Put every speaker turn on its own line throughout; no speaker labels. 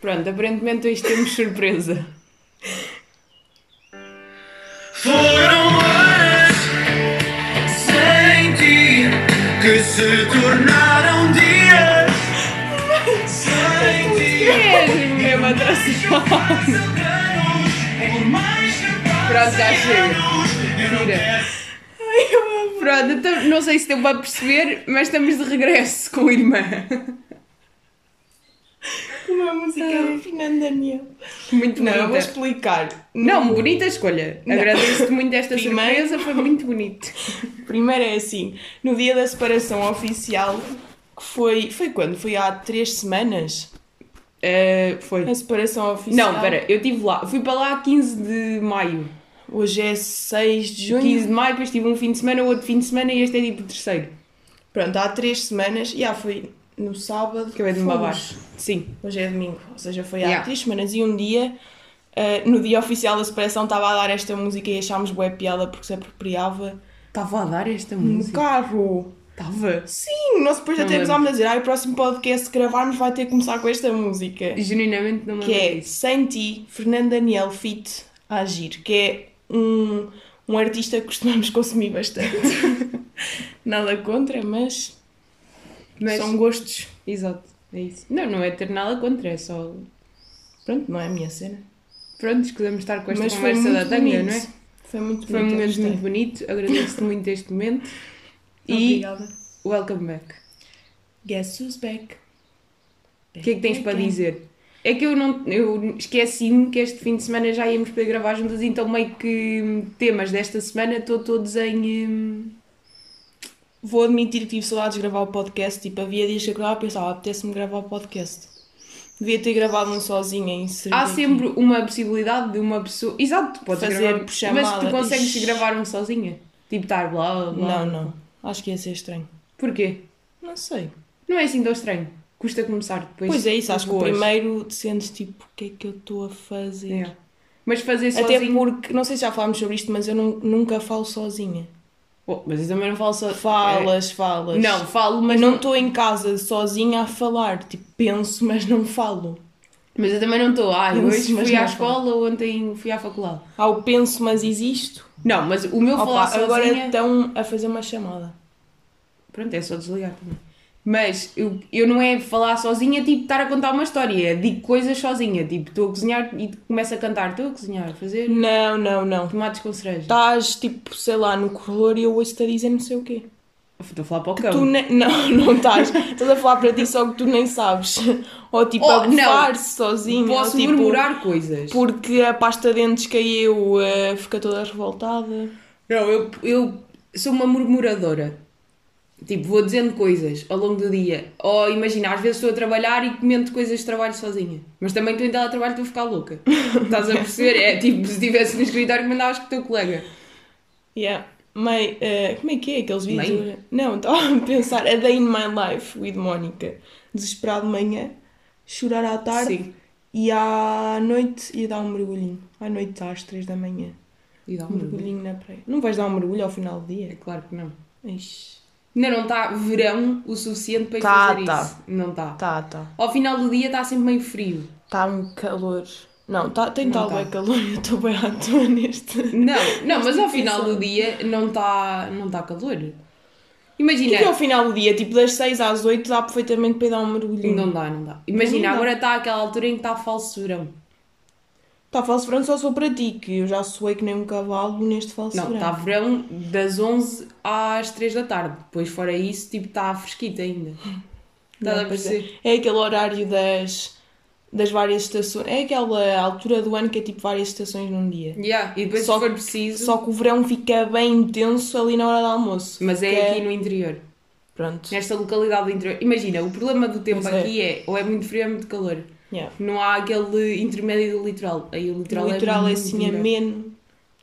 Pronto, aparentemente hoje temos surpresa.
Foram horas sem ti que se tornaram dias. Sem ti.
Mesmo, meu patrocinador.
Pronto,
já chega. Tira. Ai, eu amo. Pronto, então, não sei se deu para perceber, mas estamos de regresso com a irmã.
Uma música do Fernando Daniel.
Muito
Não, eu vou
bonita.
explicar.
Não, bonita escolha. Agradeço-te muito esta
Primeiro-
surpresa, foi muito bonito.
Primeiro é assim, no dia da separação oficial, que foi. Foi quando? Foi há três semanas?
Eh, foi.
A separação oficial.
Não, espera, eu estive lá. Fui para lá a 15 de maio.
Hoje é 6 de junho.
15 de maio, depois tive um fim de semana, outro fim de semana e este é tipo o terceiro.
Pronto, há três semanas. Já foi no sábado.
Acabei de me
fomos.
babar. Sim.
Hoje é domingo, ou seja, foi há
Yeah.
três semanas e um dia, uh, no dia oficial da separação, estava a dar esta música e achámos bué piada porque se apropriava
Estava a dar esta
no
música.
carro.
Estava.
Sim, nós depois
Não
até
lembro.
começámos a dizer, ai, o próximo podcast que gravarmos vai ter que começar com esta música.
Genuinamente não me
Que
lembro
é
disso.
Sem Ti, Fernando Daniel Fit Agir, que é um, um artista que costumamos consumir bastante. Nada contra, mas,
Mas-
são gostos.
Exato, é isso. Não, não é ter nada contra, é só.
Pronto, não é a minha cena.
Pronto, escusamos estar com esta
mas foi
conversa
muito
da tanga,
bonito.
não é?
Foi muito bonito.
Foi um
eu
momento
gostei.
muito bonito, agradeço-te muito este momento e
Obrigada.
welcome back.
Guess who's back?
O que é que tens para dizer? É que eu não eu esqueci-me que este fim de semana já íamos para gravar juntas, então meio que hum, temas desta semana estou todos em. hum,
Vou admitir que tive saudades de gravar o podcast. Tipo, havia dias que eu gravava e pensava, ah, apetece-me gravar o podcast. Devia ter gravado um sozinha tipo, em
Há sempre uma possibilidade de uma pessoa. Exato, podes
Fazer
gravar,
por chamada.
mas tu consegues
Ixi.
gravar um sozinha? Tipo, estar blá blá blá.
Não, não. Acho que ia ser estranho.
Porquê?
Não sei.
Não é assim tão estranho. Custa começar depois.
Pois, é isso, acho que o
boas.
primeiro te sentes tipo, o que é que eu estou a fazer?
É. Mas fazer
Até
sozinho.
porque, não sei se já falámos sobre isto, mas eu nu- nunca falo sozinha.
Bom, Oh, mas eu também não falo só.
Falas,
É.
falas.
Não, falo, mas
mas
não.
não estou em casa sozinha a falar. Tipo, penso, mas não falo.
Mas eu também não estou. Ah,
Eu
hoje
sei, mas
fui à
não falo.
escola, ontem fui à faculdade.
Há o penso, mas existo.
Não, mas o meu falar
Opa,
sozinha.
agora estão a fazer uma chamada.
Pronto, é só desligar também. Mas eu, eu não é falar sozinha, tipo, estar a contar uma história. é Digo coisas sozinha. Tipo, estou a cozinhar e começo a cantar. Estou a cozinhar, a fazer
Não, não, não.
tomates com cereja.
Estás tipo, sei lá, no corredor e eu ouço-te a dizer não sei o quê.
Estou a falar para o
Tu
cão.
ne... Não, não estás. Estás a falar para ti só que tu nem sabes. Ou tipo,
Oh,
a
não.
bufar-se sozinho.
Posso
ou, tipo,
murmurar coisas.
Porque a pasta de dentes caiu, eh, fica toda revoltada.
Não, eu, eu sou uma murmuradora. Tipo, vou dizendo coisas ao longo do dia. Ou imagina, às vezes estou a trabalhar e comento coisas de trabalho sozinha. Mas também estou em teletrabalho estou a ficar louca. Estás a perceber? É tipo, se estivesse no escritório, mandavas com o teu colega.
Yeah. Mãe, eh, como é que é aqueles
Mãe?
vídeos? Não, estava a pensar. A Day in My Life with Mónica. Desesperar de manhã, chorar à tarde
Sim.
e à noite ia dar um mergulhinho. À noite às três da manhã.
E dá um
Um
mergulho.
mergulhinho na praia. Não vais dar um mergulho ao final do
É
dia?
claro que não.
Ixi.
Ainda não está verão o suficiente para ir
Tá,
fazer
tá.
isso. Não está.
Tá, tá.
Ao final do dia está sempre meio frio.
Tá um calor. Não, tá, tem
Não
tal
tá.
bem calor. Eu estou bem à toa neste.
Não, não, mas ao final
pensar.
do dia não está não tá calor.
O que
Imagina.
é ao final do dia? Tipo, das 6 às 8 dá perfeitamente para ir dar um mergulhinho.
Não dá, não dá. Imagina,
Não dá.
agora está aquela altura em que está falso verão.
Está falso verão só sou para ti, que eu já suei que nem um cavalo neste falso
Não,
verão.
está verão das 11 às 3 da tarde. Depois, fora isso, tipo, está fresquita ainda. Estás a
Não, pois
perceber?
É. é aquele horário das, das várias estações. É aquela altura do ano que é tipo várias estações num dia.
Yeah, E depois,
Só
se for preciso.
Só que o verão fica bem intenso ali na hora do almoço.
Mas
Fica-
é aqui no interior.
Pronto.
Nesta localidade do interior. Imagina, o problema do tempo
Pois é.
aqui é ou é muito frio ou é muito calor.
Yeah.
Não há aquele intermédio do litoral. Aí o litoral,
O litoral é,
muito
assim
melhor.
ameno.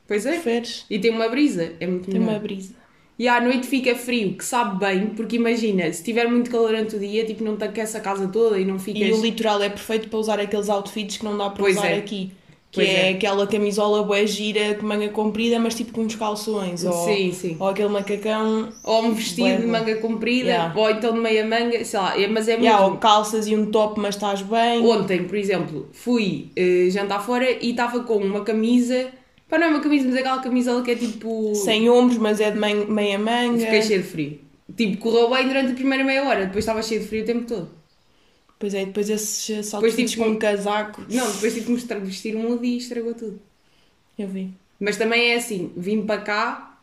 Pois é.
Preferes?
E tem uma brisa. É muito
Tem
melhor.
uma brisa.
E à noite fica frio, que sabe bem, porque imagina, se tiver muito calor durante o dia, tipo, não te aquece a casa toda e não
E
ficas.
o litoral é perfeito para usar aqueles outfits que não dá para
Pois
usar
é.
aqui. Que
Pois
é,
é.
aquela camisola boa gira, de manga comprida, mas tipo com uns calções. Ou,
Sim, sim.
ou aquele macacão,
Ou um vestido
Bué
de
bom.
manga comprida,
Yeah.
ou então de meia manga, sei lá, é- mas é mesmo.
yeah, ou calças e um top, mas estás bem.
Ontem, por exemplo, fui eh, jantar fora e estava com uma camisa, pá, não é uma camisa, mas aquela camisola que é tipo.
Sem ombros, mas é de man- meia manga.
Fiquei cheio de frio. Tipo, correu bem durante a primeira meia hora, depois estava cheio de frio o tempo todo.
Pois é, depois esses
Depois,
saltitos
tipo,
com um casaco.
Não, depois tive que mostrar- vestir um hoodie e estragou tudo.
Eu vi.
Mas também é assim, vim para cá,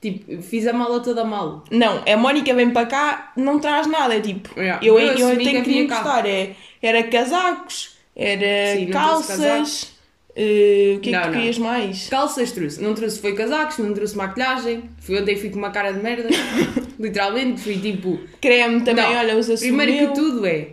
tipo, fiz a mala toda mal.
Não, a Mónica vem para cá, não traz nada. É tipo,
Yeah.
eu,
Eu
eu,
assumi que
tenho que lhe
havia cá.
emprestar. É, era casacos, era
Sim, não trouxe
calças. eh, o que é
Não,
que tu
não.
querias mais?
Calças trouxe, não trouxe foi casacos, não trouxe maquilhagem. Fui ontem fui com uma cara de merda. Literalmente, fui tipo.
Creme também,
não.
olha, usa
Primeiro
sobre
que
eu.
tudo é.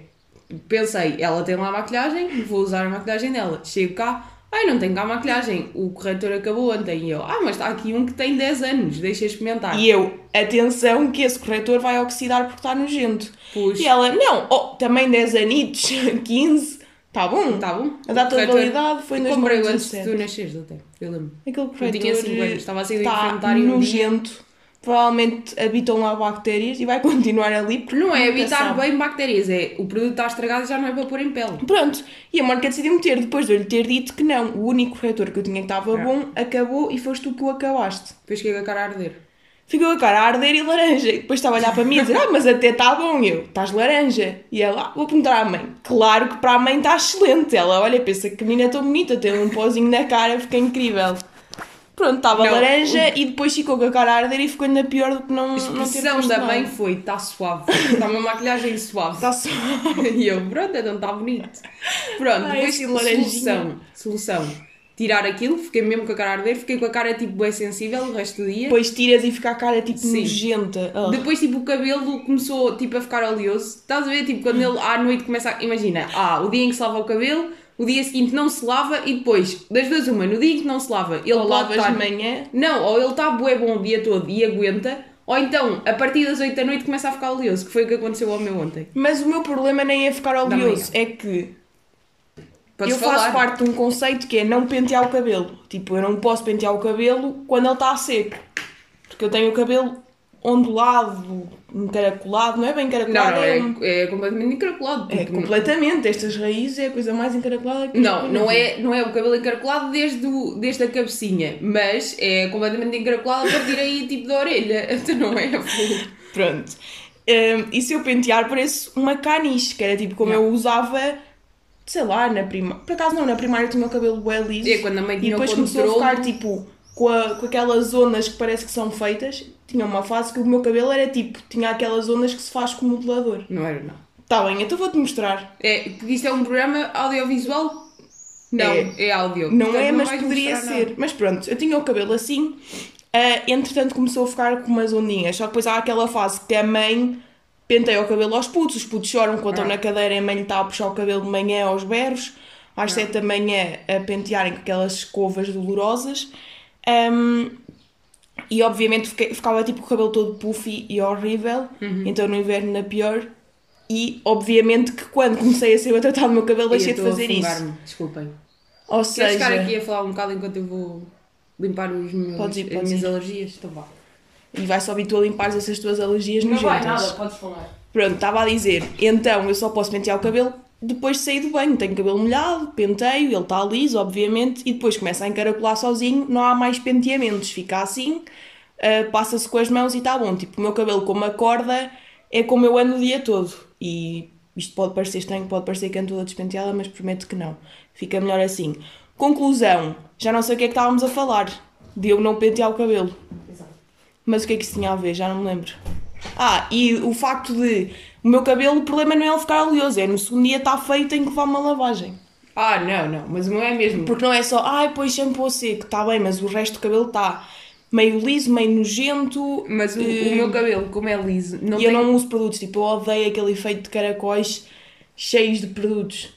Pensei, ela tem lá a maquilhagem, vou usar a maquilhagem dela. Chego cá, ai, não tenho cá a maquilhagem. O corretor acabou ontem e eu, ah, mas está aqui um que tem 10 anos, deixa experimentar.
E eu, atenção que esse corretor vai oxidar porque está nojento.
Pus.
E ela, não, oh, também 10 anitos, 15, está bom.
Tá bom?
é A data
O
de
corretor-
validade foi em
Comprei antes de
2017.
tu nasceres, até. Eu lembro.
Aquele
Eu
corretor
tinha 5 anos, estava a sair do
tá
infantário um dia.
nojento. Provavelmente habitam lá bactérias e vai continuar ali porque
Não é
nunca
evitar
sabe.
bem bactérias, é o produto está estragado e já não é para pôr em pele.
Pronto, e a Mónica decidiu meter, depois de eu lhe ter dito que não, o único corretor que eu tinha que estava
É.
bom acabou e foste tu que o acabaste.
Depois chega a cara a arder.
Ficou a cara a arder e laranja. E depois estava a olhar para mim e a dizer: Ah, mas até está bom. E eu: Estás laranja. E ela: ah, Vou perguntar à mãe. Claro que para a mãe está excelente. Ela olha, pensa que menina tão bonita, tem um pozinho na cara, fica incrível. Pronto, estava
Não,
laranja e depois ficou com a cara a arder e ficou ainda pior do que não.
A expressão da mãe foi: está suave, está uma maquilhagem suave.
Está Tá só.
E eu, pronto, então está bonito. Pronto,
Ai,
depois
esse laranjinha.
solução, solução. Tirar aquilo, fiquei mesmo com a cara a arder, fiquei com a cara tipo bem sensível o resto do dia.
Depois tiras e fica a cara tipo
Sim.
nojenta. Ah.
Depois, tipo, o cabelo começou, tipo, a ficar oleoso. Estás a ver, tipo, quando ele à noite começa a... Imagina, ah, o dia em que se lava o cabelo, o dia seguinte não se lava e depois, das duas uma, no dia em que não se lava, ele
Ou
pode
lavas
estar...
de manhã.
Não, ou ele está bué bom o dia todo e aguenta, ou então, a partir das 8 da noite começa a ficar oleoso, que foi o que aconteceu ao meu ontem.
Mas o meu problema nem é ficar oleoso, é que
Podes
eu
falar?
faço parte de um conceito que é não pentear o cabelo. Tipo, eu não posso pentear o cabelo quando ele está a seco. Porque eu tenho o cabelo ondulado, encaracolado, não é bem
Não,
encaracolado,
não,
é,
é,
um-
é completamente encaracolado.
é
tipo,
completamente. Estas raízes é a coisa mais encaracolada que eu já
Não,
vi.
não é, não é o cabelo encaracolado desde, o, desde a cabecinha, mas é completamente encaracolado a partir aí, tipo, da orelha. Então não é full.
Pronto. Hum, e se eu pentear parece uma caniche, que era tipo como eu usava, sei lá, na primária. Por acaso não, na primária tinha o cabelo bem liso.
É, quando a mãe
e
tinha o
depois começou a
controle.
ficar tipo com, a- com aquelas zonas que parece que são feitas. Tinha uma fase que o meu cabelo era tipo, tinha aquelas zonas que se faz com o modelador.
Não era, não.
Tá bem, então vou-te mostrar.
É, porque isto é um programa audiovisual? Não, é, áudio.
Não
Portanto,
é, mas
vais
poderia
mostrar
ser.
nada.
Mas pronto, eu tinha o cabelo assim, ah, entretanto começou a ficar com umas ondinhas. Só que depois há aquela fase que a mãe penteia o cabelo aos putos, os putos choram quando estão
Ah.
na cadeira e a mãe lhe está a puxar o cabelo de manhã aos berros, às
Ah.
sete da manhã a pentearem com aquelas escovas dolorosas. Ahm, e obviamente fiquei- ficava tipo com o cabelo todo puffy e horrível,
Uhum.
então no inverno na pior. E obviamente que quando comecei a ser eu a tratar do meu cabelo,
Ai, eu
deixei de
estou a
fazer isso.
afogar-me, Desculpem.
Ou
Queres
seja,
ficar aqui a falar um bocado enquanto eu vou limpar os meus,
Podes ir,
as
podes
minhas
ir.
alergias? Então vá.
E vais só vir tu a limpares essas tuas alergias nojentas.
podes falar.
Pronto, estava a dizer, então eu só posso pentear o cabelo depois de sair do banho. Tenho cabelo molhado, penteio, ele está liso, obviamente, e depois começa a encaracolar sozinho, não há mais penteamentos, fica assim, ah, passa-se com as mãos e está bom. Tipo, o meu cabelo com uma corda é como eu ando o dia todo. E isto pode parecer estranho, pode parecer que ando toda despenteada, mas prometo que não. Fica melhor assim. Conclusão, já não sei o que é que estávamos a falar, de eu não pentear o cabelo. Mas o que é que isso tinha a ver? Já não me lembro. Ah, e o facto de o meu cabelo, o problema não é ele ficar oleoso, é no segundo dia está feio, tenho que levar uma lavagem.
Ah, não, não, mas não é mesmo.
Porque não é só, ai, pois shampoo seco, está bem, mas o resto do cabelo está meio liso, meio nojento.
Mas o,
eh,
o meu cabelo, como é liso, não
E
tem
eu não uso produtos, tipo, eu odeio aquele efeito de caracóis cheios de produtos.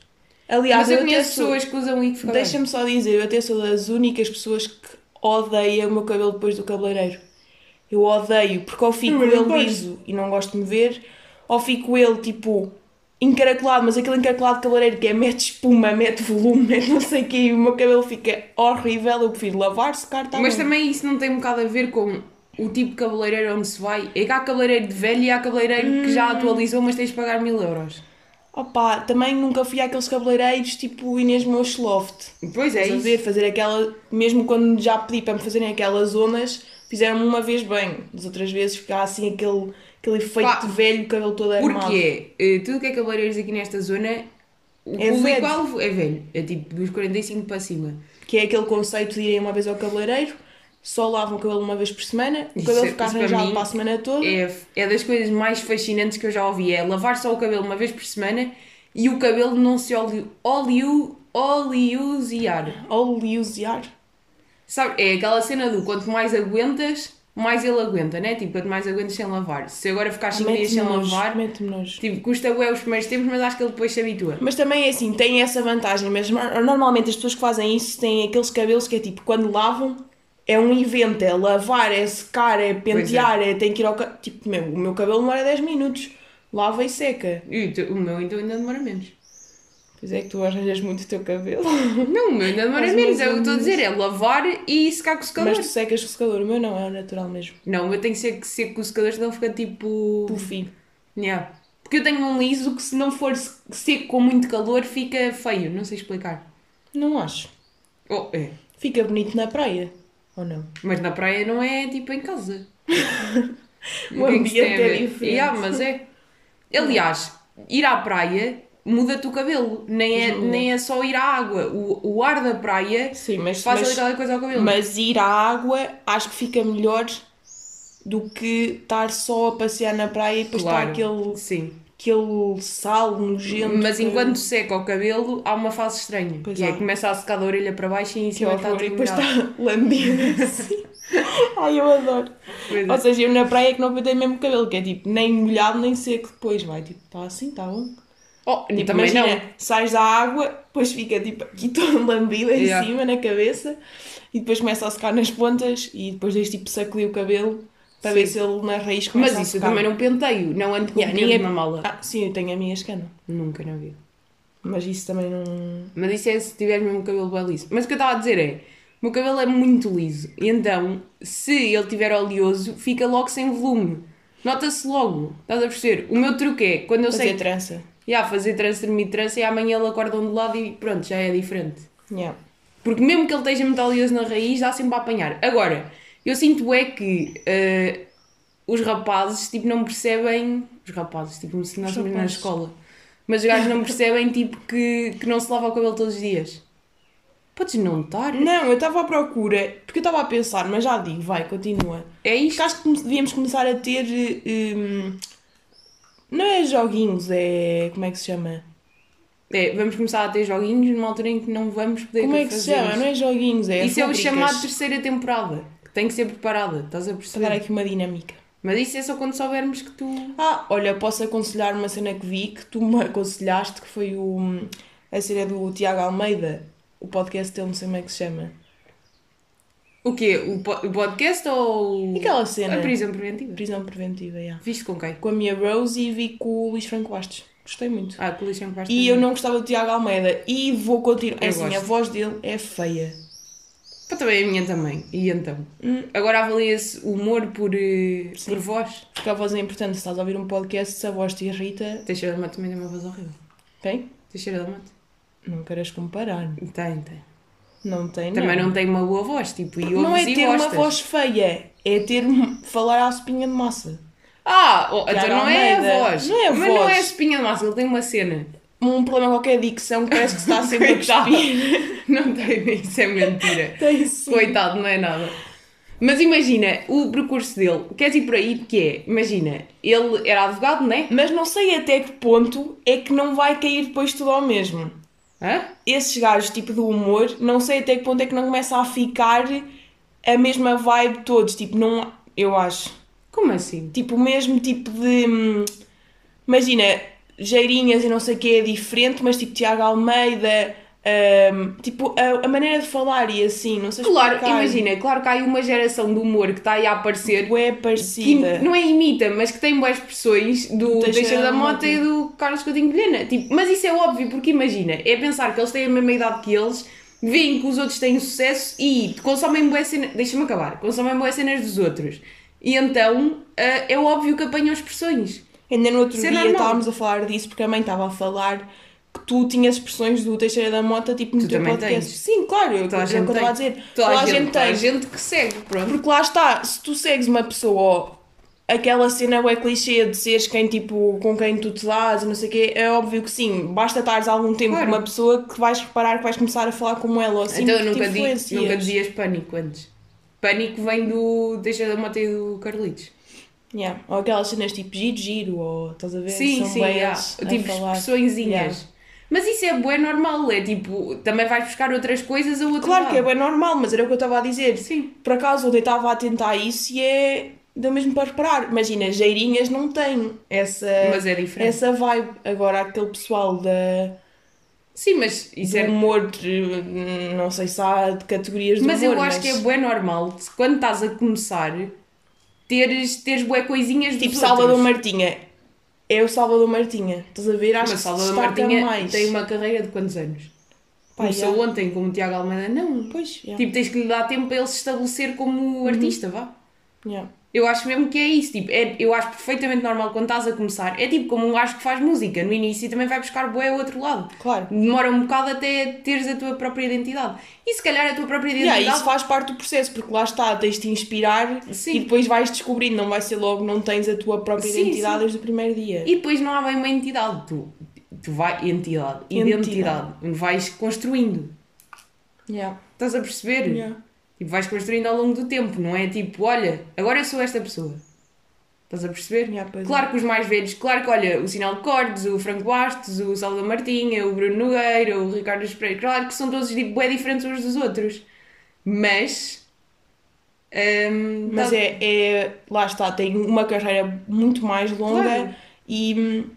Aliás,
Mas eu
até
conheço
sou-
pessoas que usam e que ficam Tá bem.
Deixa-me só dizer, eu até sou das únicas pessoas que odeia o meu cabelo depois do cabeleireiro. Eu odeio, porque ou fico
Também não
ele
gosto.
liso e não gosto de me ver, ou fico ele tipo encaracolado, mas aquele encaracolado cabeleireiro que é mete espuma, mete volume, mete não sei o quê, e o meu cabelo fica horrível, eu prefiro lavar, secar, tá
Mas
bom.
também isso não tem um bocado a ver com o tipo de cabeleireiro onde se vai. É que há cabeleireiro de velho e há cabeleireiro que já
Hum.
atualizou, mas tens de pagar mil euros.
Opa, também nunca fui àqueles cabeleireiros tipo Inês Mochloft.
Pois é,
Estás a ver?
isso.
Fazer aquela. Mesmo quando já pedi para me fazerem aquelas zonas, fizeram-me uma vez bem. Das outras vezes ficava assim aquele, aquele efeito
Pá,
de velho, o cabelo todo é armado.
Porque eh, tudo que é cabeleireiros aqui nesta zona, o
É
público-alvo é velho. É tipo dos 45 para cima.
Que é aquele conceito de irem uma vez ao cabeleireiro, só lavam o cabelo uma vez por semana, o
Isso
cabelo
é-
fica
isso para
arranjado
mim
para a semana toda.
É, é das coisas mais fascinantes que eu já ouvi. É lavar só o cabelo uma vez por semana e o cabelo não se oleo, oleo, oleosear.
Oleosear.
Sabe, é aquela cena do quanto mais aguentas, mais ele aguenta, né? Tipo, quanto mais aguentas sem lavar. Se agora ficar 5 dias sem
Mete-me nojo,
lavar,
mete-me nojo.
tipo, custa bué os primeiros tempos, mas acho que ele depois se habitua.
Mas também é assim, tem essa vantagem, mas nor- normalmente as pessoas que fazem isso têm aqueles cabelos que é tipo, quando lavam, é um evento, é lavar, é secar, é pentear, é, tem que ir ao ca... Tipo, meu, o meu cabelo demora 10 minutos, lava e seca.
E o teu- o meu então ainda demora menos.
Pois é que tu arranjas muito o teu cabelo,
Não, o meu ainda demora
Mais ou
menos. É o que eu estou a
menos.
dizer, é lavar e secar com o secador.
mas tu secas com o secador, o meu não, é o natural mesmo.
Não, eu tenho que ser, ser com o secador, senão fica tipo.
Puffy.
Yeah. Porque eu tenho um liso que se não for se- seco com muito calor fica feio, não sei explicar.
Não acho.
Oh, é.
Fica bonito na praia, ou não?
Mas na praia não é tipo em casa. que que
O
isso
ambiente
tem a
é
ver?
diferente.
Yeah, mas é. Aliás, ir à praia muda-te o cabelo. Nem é,
Pois não.
nem é só ir à água. O, o ar da praia
Sim, mas...
faz
mas-
ali qualquer coisa ao cabelo.
Mas ir à água acho que fica melhor do que estar só a passear na praia e depois
Claro,
está aquele,
Sim.
aquele sal nojento.
Mas
que-
enquanto seca o cabelo, há uma fase estranha.
Pois
que é
há.
começa a secar da orelha para baixo e em
que é
cima está
horror,
tudo
e depois
molhado.
está lambido assim. Ai, eu adoro.
Pois é.
Ou seja, eu na praia é que não pintei mesmo o cabelo, que é tipo nem molhado nem seco depois, vai tipo, está assim, está bom.
Oh,
Tipo,
também
imagina,
não.
sais da água, depois fica tipo aqui todo lambido em
Yeah.
cima, na cabeça, e depois começa a secar nas pontas e depois deixo tipo sacudir o cabelo para
Sim.
ver se ele na raiz começa
Mas
a
isso eu
secar.
também não penteio, não ando com
Yeah,
o ninguém...
ninguém-
na mala.
Ah, sim, eu tenho a minha escana.
Nunca na vida.
Mas isso também não.
Mas isso é se tiveres mesmo o cabelo bem liso. Mas o que eu estava a dizer é: o meu cabelo é muito liso. E então, se ele tiver oleoso, fica logo sem volume. Nota-se logo. Estás a perceber? O meu truque é quando eu
fazer
sei.
trança.
Yeah, fazer trança, dormir de trança e amanhã ele acorda um de lado e pronto, já é diferente.
Yeah.
Porque mesmo que ele esteja muito oleoso na raiz, dá sempre a apanhar. Agora, eu sinto é que eh, os rapazes, tipo, não percebem... Os rapazes, tipo, se nós
Os
estamos na
rapazes.
escola. Mas os gajos não percebem, tipo, que, que não se lava o cabelo todos os dias. Podes não estar.
Não, eu estava à procura, porque eu estava a pensar, mas já digo, vai, continua.
É
Porque
isto.
acho que come- devíamos começar a ter. eh, hum, não é joguinhos, é. Como é que se chama?
É, vamos começar a ter joguinhos numa altura em que não vamos poder
Como é
fazer
que se chama?
isso.
Não é joguinhos, é.
Isso é o
rubricas.
chamado terceira temporada. Que tem que ser preparada. Estás a
Para dar
perceber?
aqui uma dinâmica.
Mas isso é só quando soubermos que tu...
Ah, olha, posso aconselhar uma cena que vi, que tu me aconselhaste, que foi o, a cena do Tiago Almeida, o podcast dele, não sei como é que se chama.
O quê? O po- o podcast ou...
E aquela cena?
A prisão preventiva.
Prisão preventiva, yeah.
Viste com quem?
com a minha Rose e vi com o Luís Franco Bastos. Gostei muito.
Ah, Collision Crash.
E eu não gostava do Tiago Almeida. E vou continuar. É
Eu
assim,
gosto.
a voz dele é feia.
Pá, também é a minha também. E então?
Hum.
Agora avalia-se o humor por, eh, por voz.
Porque a voz é importante. Se estás a ouvir um podcast, se a voz te irrita,
Teixeira da Mata também tem uma voz horrível.
tem?
Teixeira da Mata?
Não queres comparar.
Tem, tem.
Não tem, não.
Também não tem uma boa voz, tipo, e
Não é
ouves e
ter uma
gostas.
voz feia. É ter. falar à espinha de massa.
Ah, oh, então
Tiago
não é a
Almeida.
voz.
Não é a
Mas não
voz.
é a espinha de massa, ele tem uma cena.
Um problema qualquer de dicção que parece que se está sempre a
Coitado.
cuspir.
Não tem, isso é mentira.
Tem sim.
Coitado, não é nada. Mas imagina o percurso dele. Queres ir por aí? Porque é, imagina, ele era advogado, não é?
Mas não sei até que ponto é que não vai cair depois tudo ao mesmo.
Hã?
esses gajos, tipo do humor, não sei até que ponto é que não começa a ficar a mesma vibe todos, tipo, não, eu acho,
Como assim?
tipo, o mesmo tipo de, hum, imagina, Jeirinhas e não sei o que é diferente, mas tipo Tiago Almeida, Ahm, tipo, a, a maneira de falar e assim, não sei
Claro,
explicar.
imagina, claro que há aí uma geração de humor que está aí a aparecer
Bué
que
parecida.
não é imita, mas que tem boas expressões do
Teixeira
Teixeira da
da
Mota
Mota.
e do Carlos Coutinho Vilhena. Tipo, mas isso é óbvio, porque imagina, é pensar que eles têm a mesma idade que eles, veem que os outros têm sucesso e consomem boas cenas, deixa-me acabar, consomem boas cenas dos outros. E então ah, é óbvio que apanham expressões.
Ainda no outro
Isso é
dia
normal.
estávamos a falar disso porque a mãe estava a falar que tu tinhas expressões do Teixeira da Mota tipo no
Tu
teu
também
podcast.
tens.
Sim, claro, eu
Toda a
é o que eu
gente
estava a
tem.
dizer.
Toda a gente, toda a
tem.
gente que segue, pronto.
Porque lá está, se tu segues uma pessoa, ó, aquela cena é clichê de seres quem tipo, com quem tu te dás, e não sei o quê, é óbvio que sim, basta estares algum tempo
Claro.
com uma pessoa que vais reparar que vais começar a falar como ela, ou assim,
então eu
porque te
nunca, di,
influencias.
nunca dizias pânico antes. Pânico vem do Teixeira da Mota e do Carlitos.
Yeah. Ou aquelas cenas tipo giro, giro, ou estás a ver?
Sim,
São
sim,
bem
há,
eles a
tipo
falar.
expressõezinhas.
Yeah.
Mas isso é bué normal, é tipo, também vais buscar outras coisas a outro
Claro que é
lado.
bem normal, mas era o que eu estava a dizer.
Sim.
Por acaso ontem estava a tentar isso e é. deu mesmo para reparar. Imagina, Geirinhas não tem essa,
Mas é diferente.
essa vibe. Agora, aquele pessoal da,
Sim, mas isso
do
é...
humor, de- não sei se há de categorias de
Mas
humor.
eu acho que é bué normal, de quando estás a começar, teres, teres bué coisinhas dos
Tipo,
outros.
Salvador Martinha. É o Salvador Martinha. Estás a ver? Acho
Mas
que se
Salvador
destaca
Martinha
mais.
é- tem uma carreira de quantos anos?
Pá,
Começou
já.
ontem com o Tiago Almeida? Não.
Pois, yeah,
Tipo, tens que lhe dar tempo para ele se estabelecer como
Uhum.
artista, vá.
yeah.
Eu acho mesmo que é isso, tipo, é- eu acho perfeitamente normal quando estás a começar. É tipo como um gajo que faz música no início e também vai buscar bué ao outro lado.
Claro.
Demora um bocado até teres a tua própria identidade. E se calhar a tua própria
Yeah,
identidade.
isso faz parte do processo, porque lá está, tens de te inspirar
Sim.
e depois vais descobrindo, não vai ser logo, não tens a tua própria
Sim,
identidade
sim.
desde o primeiro dia.
E depois não há bem uma entidade. Tu, tu vai. Entidade.
Entidade.
Identidade. Onde vais construindo.
Yeah.
Estás a perceber?
Yeah.
Tipo, vais construindo ao longo do tempo, não é tipo, olha, agora eu sou esta pessoa. Estás a perceber?
Yeah, pois é.
claro que os mais velhos, claro que olha, o Sinal de Cordes, o Franco Bastos, o Salvador Martinha, o Bruno Nogueira, o Ricardo Espreito, claro que são todos tipo, bem diferentes uns dos outros. Mas. hum,
Mas
tá-
é, é, lá está, tem uma carreira muito mais longa
Claro.
e hum,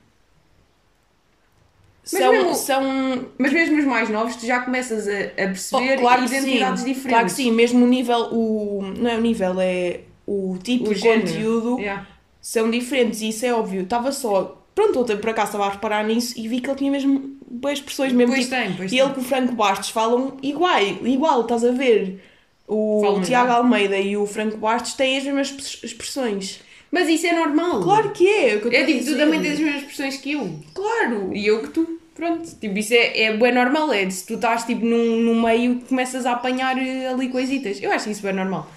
Mas
são,
mesmo-
são
Mas mesmo os mais novos, tu já começas a, a perceber
Oh, claro que
identidades
sim,
diferentes.
Claro que sim, mesmo o nível, o, não é o nível, é o tipo
O
de
género.
conteúdo
Yeah.
são diferentes, isso é óbvio. Estava só. Pronto, ontem por acaso estava a reparar nisso e vi que ele tinha mesmo boas expressões mesmo.
Pois
tipo,
tem, pois
e
tem.
ele com o Franco Bastos falam igual, igual, estás a ver? O
Falam
Tiago
igual.
Almeida e o Franco Bastos têm as mesmas express- expressões.
Mas isso é normal.
Claro que é, é o que eu
É
estou a
tipo, tu
dizer.
também tens as mesmas expressões que eu.
Claro!
E eu que tu. Pronto, tipo, isso é, é bem normal, é de se tu estás tipo num, num meio que começas a apanhar eh, ali coisitas. Eu acho isso bem normal.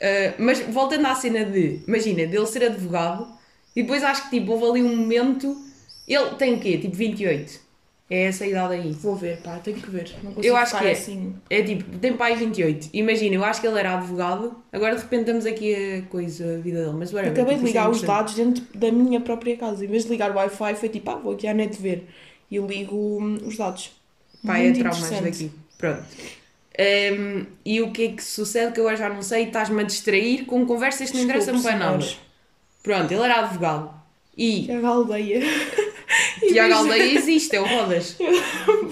Ah, mas voltando à cena de, imagina, dele ser advogado e depois acho que tipo, houve ali um momento. Ele tem o quê? Tipo 28. É essa a idade aí.
Vou ver, pá, tenho que ver. Não consigo
Eu acho
ficar
que é.
assim.
É tipo, tem pai 28. Imagina, eu acho que ele era advogado. Agora de repente estamos aqui a coisa, a vida dele. Mas whatever,
Acabei de
tipo, isso é
ligar os
interessante.
dados dentro da minha própria casa. Em vez de ligar o Wi-Fi, foi tipo, ah, vou aqui à net ver. E ligo hum, os dados.
Pai, é
Muito
traumas
interessante.
daqui. Pronto. Hum, e o que é que sucede que eu já não sei? Estás-me a distrair com conversas que não
Desculpe,
interessam para nada.
senhores.
Pronto, ele era advogado. E
Tiago Aldeia.
Tiago Aldeia existe, é o Rodas.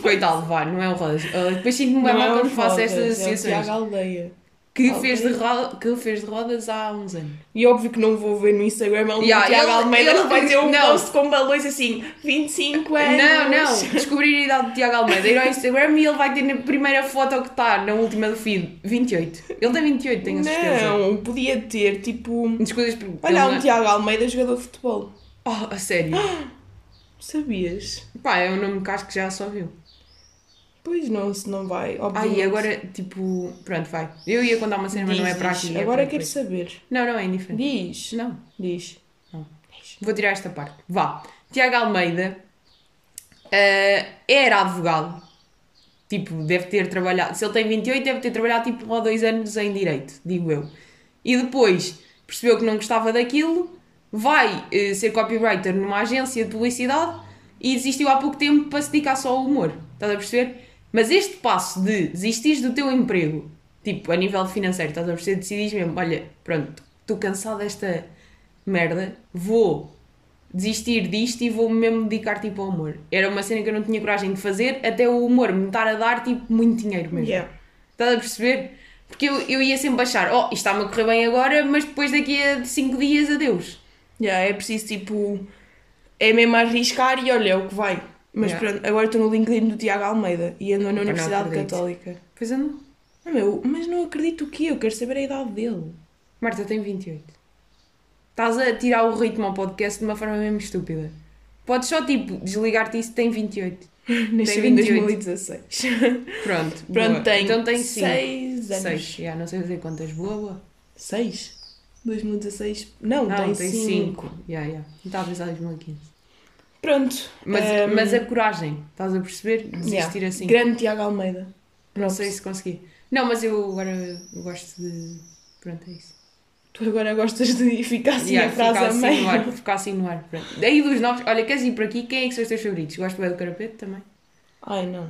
Coitado, vá, não é o Rodas. Ah, depois sinto-me bem
Não é
mal
o
quando faço
Rodas,
estas
é o Tiago
associações.
Aldeia.
Que
Aldeia.
fez, de ro- que fez de Rodas há uns anos.
E óbvio que não vou ver no Instagram ele
Yeah,
o Tiago
ele-
Almeida
ele-
que vai ter um
não.
post com balões assim, 25 anos.
Não, não, descobrir a idade de Tiago Almeida, ir ao Instagram e ele vai ter na primeira foto que está, na última do feed, 28. Ele tem 28, tenho a certeza.
Não, podia ter tipo.
Desculpas por. ele
Olha, há
não
um
é-
Tiago Almeida jogador de futebol.
Oh, a sério?
Sabias?
Pá, é um nome que acho que já só viu.
Pois não, se não vai.
Ah,
Obviamente.
e agora, tipo, pronto, vai. Eu ia contar uma cena, mas não é
Diz,
para
diz.
aqui. é
Agora
para
quero
depois.
saber.
Não, não, é indiferente.
Diz.
Não,
Diz.
vou tirar esta parte. Vá. Tiago Almeida ah, era advogado. Tipo, deve ter trabalhado. Se ele tem 28, deve ter trabalhado tipo um ou dois anos em direito, digo eu. E depois percebeu que não gostava daquilo, vai eh, ser copywriter numa agência de publicidade e desistiu há pouco tempo para se dedicar só ao humor. Estás a perceber? Mas este passo de desistir do teu emprego, tipo, a nível financeiro, estás a perceber? Decidis mesmo, olha, pronto, estou cansado desta merda, vou desistir disto e vou mesmo dedicar tipo ao humor. Era uma cena que eu não tinha coragem de fazer, até o humor me estar a dar tipo muito dinheiro mesmo.
Yeah.
Estás a perceber? Porque eu, eu ia sempre achar, oh, isto está-me a correr bem agora, mas depois daqui a 5 dias, adeus.
Yeah, é preciso tipo. É mesmo arriscar e olha é o que vai. Mas
Yeah.
pronto, agora estou no LinkedIn do Tiago Almeida e ando na
não
Universidade
acredito.
Católica.
Pois é, não.
Ah, meu, mas não acredito o quê? Eu quero saber a idade dele.
Marta tem 28. Estás a tirar o ritmo ao podcast de uma forma mesmo estúpida. Podes só tipo desligar-te isso, tem 28.
Nasceu em
28.
2016.
Pronto, boa.
Pronto, tem,
Então tem 6
6
6.
anos.
Já não sei fazer contas. Boa, boa.
6? 2016? Não,
Não,
tem
tem
5.
5. Já, já. Não estava a pensar em 2015.
Pronto.
Mas,
ahm,
mas a coragem, estás a perceber? Desistir
yeah.
assim.
Grande Tiago Almeida.
Não
Pronto.
sei se consegui. Não, mas eu agora gosto de. Pronto, é isso.
Tu agora gostas de ficar assim
Yeah,
a frase
ficar
a
assim
meio.
no ar, ficar assim no ar. Pronto. Daí dos novos. Olha, queres ir por aqui? Quem é que são os teus favoritos? Gosto bem do Carapeto também?
Ai, não.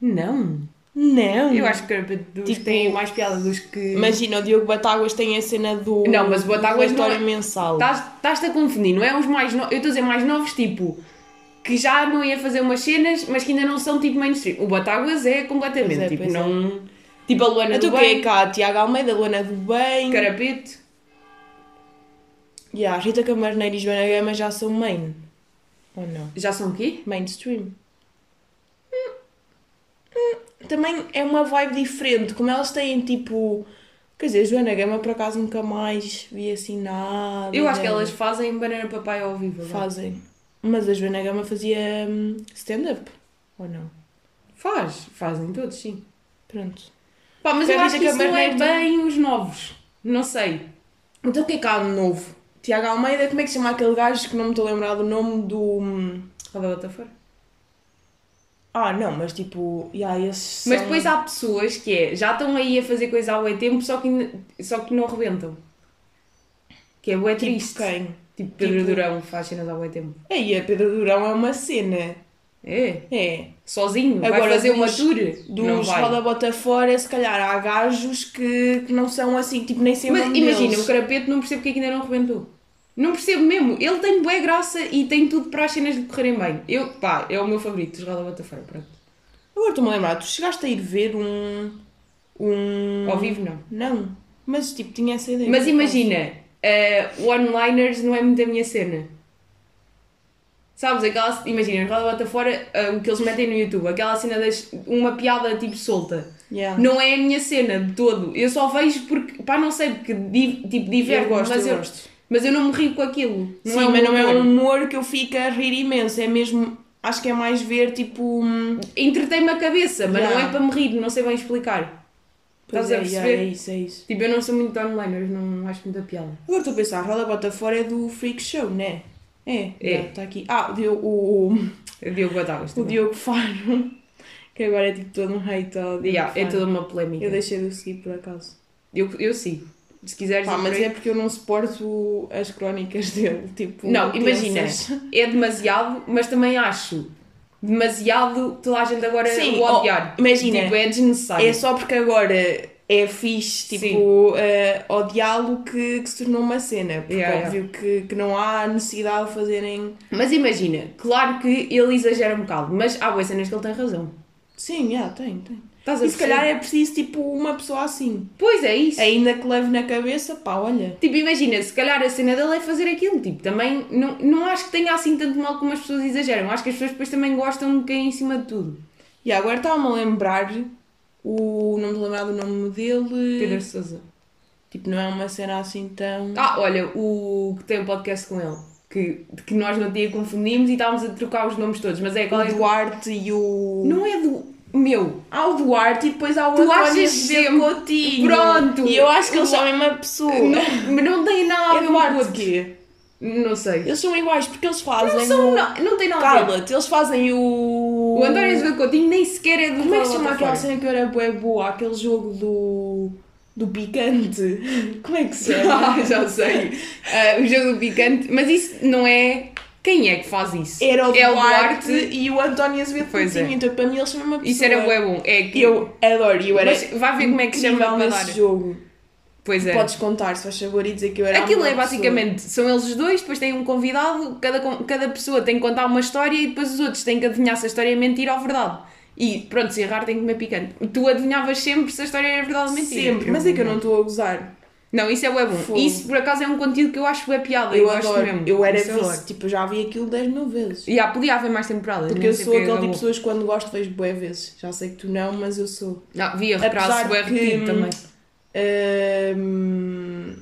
Não.
Não.
Eu acho que o Carapeto dos
Tipo-
que têm mais piada dos que.
Imagina, o Diogo Batáguas tem a cena do.
Não, mas o Batáguas não é-
relatório mensal.
Estás- Estás-te a confundir, não é? Os mais novos. Eu estou a dizer mais novos, tipo. Que já andam aí a fazer umas cenas, mas que ainda não são tipo mainstream. O Batáguas é completamente.
Pois é,
tipo,
pois é.
não. Tipo a Luana
Então
do
o que é
Bem,
cá? Tiago Almeida, Luana do Bem.
Carapeto.
E a Rita Camarneiro e Joana Gama já são main. Ou não?
Já são o quê?
Mainstream. Hum. Hum. Também é uma vibe diferente. Como elas têm tipo. Quer dizer, Joana Gama por acaso nunca mais vi assim nada.
Eu acho que
dela.
elas fazem banana papai ao vivo. agora.
Fazem. Mas a Joana Gama fazia hum, stand-up. Ou não?
Faz, fazem todos, sim.
Pronto.
Pá, mas eu
Queres
acho
dizer
que
que a
isso não é
Bernardo-
bem os novos. Não sei.
Então o que é que há de novo? Tiago Almeida, como é que se chama aquele gajo que não me estou a lembrar do nome do. hum,
Roda outra fora.
Ah, não, mas tipo. Yeah, esses
Mas
são-
depois há pessoas que é, já estão aí a fazer coisa há bué tempo, só que, ainda- só que não arrebentam. Que é bué
Tipo
triste.
quem?
Tipo Pedro
Tipo-
Durão faz cenas há bué tempo.
Aí a Pedro Durão é uma cena.
É.
É.
Sozinho. vai
Agora,
fazer uma
dos-
tour. não
Dos
vai.
Roda Bota Fora, se calhar há gajos que, que não são assim, tipo, nem sei o
Mas
nome
imagina,
deles.
o Carapeto não percebe porque é que ainda não arrebentou. Não percebo mesmo. Ele tem boa graça e tem tudo para as cenas lhe correrem bem. Eu, pá, é o meu favorito, dos Roda Bota Fora, pronto.
Agora estou-me a lembrar, tu chegaste a ir ver um. Um.
Ao vivo, não.
Não. Mas tipo, tinha essa ideia.
Mas imagina, eh, one-liners não é muito a minha cena. Sabes, aquela, imagina, roda bota fora eh, o que eles metem no YouTube, aquela cena das uma piada tipo solta.
Yeah.
Não é a minha cena de todo. Eu só vejo porque, pá, não sei, porque di- tipo, diverte,
Eu gosto,
mas,
eu
eu,
gosto.
mas eu não me rio com aquilo.
Sim, mas não é
humor.
um humor que eu fico a rir imenso. É mesmo. Acho que é mais ver tipo. hum,
Entretei-me a cabeça, mas não é
Yeah.
para me rir, não sei bem explicar. Estás
pois
a
é, yeah,
perceber?
é isso, é isso.
Tipo, eu não sou muito de one-liners, não acho muita piada.
Agora estou a pensar, Roda Bota Fora é do Freak Show, né? É,
É.
é. Está aqui. Ah, o Diogo, o, o-
Eu digo Batáguas
o
também.
Diogo Faro, que agora é tipo todo um hate ao Diogo
Yeah, é
Faro.
toda uma polémica.
Eu deixei de o seguir por acaso.
Eu, eu sigo. Se quiseres.
Pá,
ir
mas
por aí.
é porque eu não suporto as crónicas dele, tipo...
Não, imagina.
densas.
É demasiado, mas também acho demasiado toda a gente agora
Sim,
o odiar.
oh, imagina.
Tipo, é desnecessário.
É só porque agora é fixe,
Sim.
tipo, eh, odiá-lo que, que se tornou uma cena. Porque
Yeah, yeah.
óbvio Que, que não há necessidade de fazerem...
Mas imagina, claro que ele exagera um bocado, mas há boas cenas que ele tem razão.
Sim, yeah, tem, tem.
Estás a
E se
perceber?
calhar é preciso, tipo, uma pessoa assim.
Pois é isso.
Ainda que leve na cabeça, pá, olha...
Tipo, imagina, se calhar a cena dele é fazer aquilo. Tipo, também não, não acho que tenha assim tanto mal como as pessoas exageram. Acho que as pessoas depois também gostam de quem é em cima de tudo.
E agora estava-me a lembrar o... Não me lembrar do nome dele...
Pedro Sousa.
Tipo, não é uma cena assim tão...
Ah, olha, o que tem o podcast com ele. Que, de que nós no outro dia confundimos e estávamos a trocar os nomes todos, mas é qual
O
é que-
Duarte e o.
Não é do meu.
Há o Duarte e depois há o
Tu
António
achas
Rebelo
sempre-
Coutinho.
Pronto.
E eu acho que eles
Du-
são a mesma pessoa.
Não, mas não tem nada a ver
Eduardo
com o outro.
quê?
Não sei.
Ah, Eles são iguais porque eles fazem.
Não, são,
o...
na- não tem nada a ver.
Cala-te, eles fazem o.
O António Azevedo Coutinho nem sequer é do
Como é que se chama
Roda
aquela
Fora.
cena que eu era bué boa? Aquele jogo do. do picante. Como é que se chama?
Ah, já sei. Ah, o jogo do picante. Mas isso não é. Quem é que faz isso?
Era o
é
Duarte, e o António Azevedo
Pois
Coutinho.
é.
Então para mim eles são a mesma pessoa.
Isso era bué bom. É que...
Eu adoro, eu era.
Mas vai ver como é que se chama
incrível
para
nesse
dar.
jogo.
Pois é.
Podes contar, se faz favor, e dizer que eu era a
Aquilo
melhor
é basicamente, são eles os dois, depois tem um convidado, cada, con- cada pessoa tem que contar uma história e depois os outros têm que adivinhar se a história é mentira ou verdade. E pronto, se errar tem que comer picante. Tu adivinhavas sempre se a história era verdade ou
pessoa.
mentira.
Sempre, mas é que eu não estou a gozar.
Não, isso é bué bom.
Fogo.
Isso por acaso é um conteúdo que eu acho é piada.
Eu,
Eu, gosto
adoro.
mesmo.
Eu era
Isso é eu adoro.
vice, tipo, eu já vi aquilo 10 mil vezes.
E há, podia haver mais né? temporadas.
Porque
não
eu
sei
sou aquele tipo
acabou.
de pessoas que quando gosto vejo bué vezes. Já sei que tu não, mas eu sou.
Não, via
Apesar
retraso, bué
que-
repetido também.
Ahm,